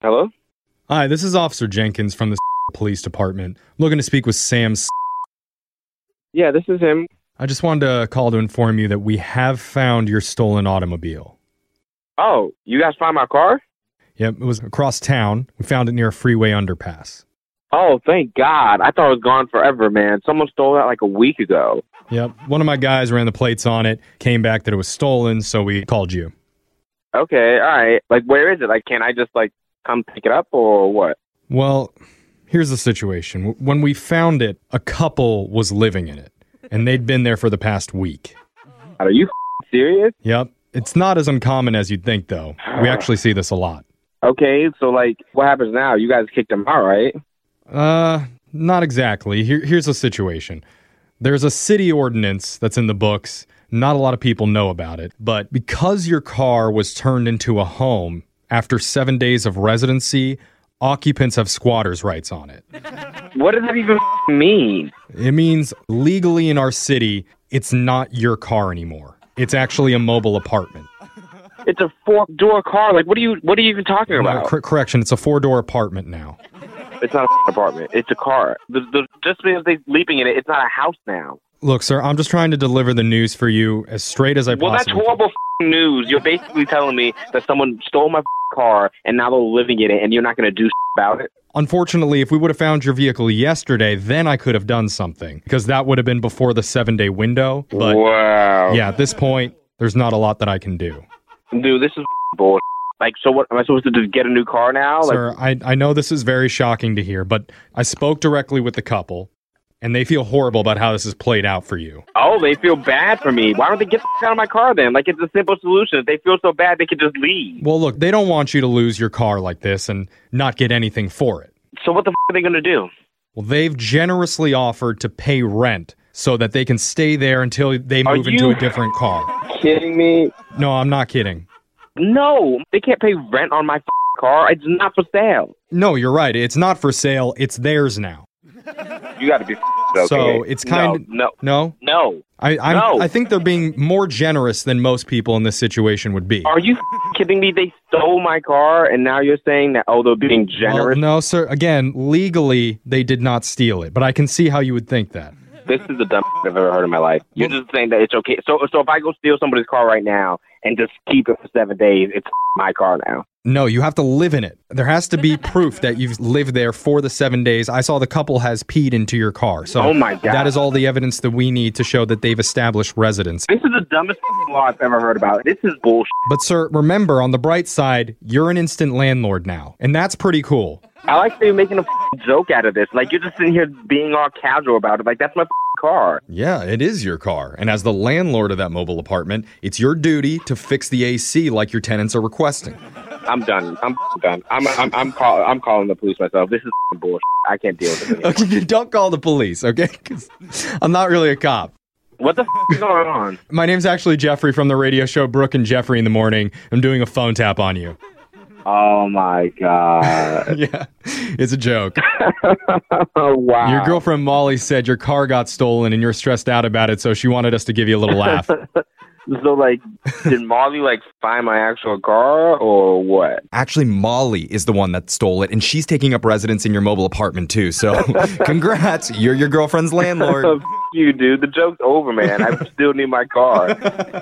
Hello? Hi, this is Officer Jenkins from the Police Department. looking to speak with Sam. Yeah, this is him. I just wanted to call to inform you that we have found your stolen automobile. Oh, you guys find my car? Yep, it was across town. We found it near a freeway underpass. Oh, thank God. I thought it was gone forever, man. Someone stole that like a week ago. Yep, one of my guys ran the plates on it, came back that it was stolen, so we called you. Okay, all right. Like, where is it? Like, can I just like come pick it up or what? Well, here's the situation. W- When we found it, a couple was living in it, and they'd been there for the past week. Are you serious? Yep, it's not as uncommon as you'd think, though. We actually see this a lot. Okay, so like, what happens now? You guys kicked him out, right? Uh, not exactly. Here, here's the situation. There's a city ordinance that's in the books. Not a lot of people know about it, but because your car was turned into a home after seven days of residency, occupants have squatters' rights on it. What does that even mean? It means legally in our city, it's not your car anymore. It's actually a mobile apartment. Oh, It's a four door car. Like, what are you? What are you even talking Uh, about? cor- correction, it's a four door apartment now. It's not a apartment. It's a car. The, the, just because they're sleeping in it, it's not a house now. Look, sir, I'm just trying to deliver the news for you as straight as I Well, that's possibly can. horrible f***ing news. You're basically telling me that someone stole my f***ing car and now they're living in it, and you're not going to do s- about it. Unfortunately, if we would have found your vehicle yesterday, then I could have done something because that would have been before the seven day window. But wow, yeah, at this point, there's not a lot that I can do. dude, this is f***ing bull. Like, so what? Am I supposed to just get a new car now? Like, Sir, I, I know this is very shocking to hear, but I spoke directly with the couple and they feel horrible about how this has played out for you. oh, they feel bad for me. Why don't they get the f- out of my car then? Like, it's a simple solution. If they feel so bad, they could just leave. Well, look, they don't want you to lose your car like this and not get anything for it. So what the f- are they going to do? Well, they've generously offered to pay rent so that they can stay there until they Are move into you- a different car. Kidding me? No, I'm not kidding. No, they can't pay rent on my f- car. It's not for sale. No, you're right. It's not for sale. It's theirs now. You got to be. f***ing Okay. So it's kind of no, no. no, no. I I'm, No. I think they're being more generous than most people in this situation would be. Are you kidding me? They stole my car, and now you're saying that oh, they're being Well, generous. no, sir. Again, legally they did not steal it, but I can see how you would think that. This is the dumbest I've ever heard in my life. You're just saying that it's okay. So, so if I go steal somebody's car right now and just keep it for seven days, it's my car now. No, you have to live in it. There has to be proof that you've lived there for the seven days. I saw the couple has peed into your car. So Oh my God. that is all the evidence that we need to show that they've established residence. This is the dumbest law I've ever heard about. This is bullshit. But sir, remember on the bright side, you're an instant landlord now. And that's pretty cool. I like that you're making a joke out of this. Like you're just sitting here being all casual about it. Like that's my car. Yeah, it is your car. And as the landlord of that mobile apartment, it's your duty to fix the AC like your tenants are requesting. I'm done. I'm done. I'm I'm I'm, call, I'm calling the police myself. This is bullshit. I can't deal with this anymore. Okay, don't call the police, okay? 'Cause I'm not really a cop. What the f- is going on? My name's actually Jeffrey from the radio show Brooke and Jeffrey in the Morning. I'm doing a phone tap on you. Oh my god! yeah, it's a joke. Oh wow! Your girlfriend Molly said your car got stolen and you're stressed out about it, so she wanted us to give you a little laugh. So like, did Molly like find my actual car or what? Actually, Molly is the one that stole it, and she's taking up residence in your mobile apartment too. So, congrats, you're your girlfriend's landlord. Oh, f- you dude, the joke's over, man. I still need my car.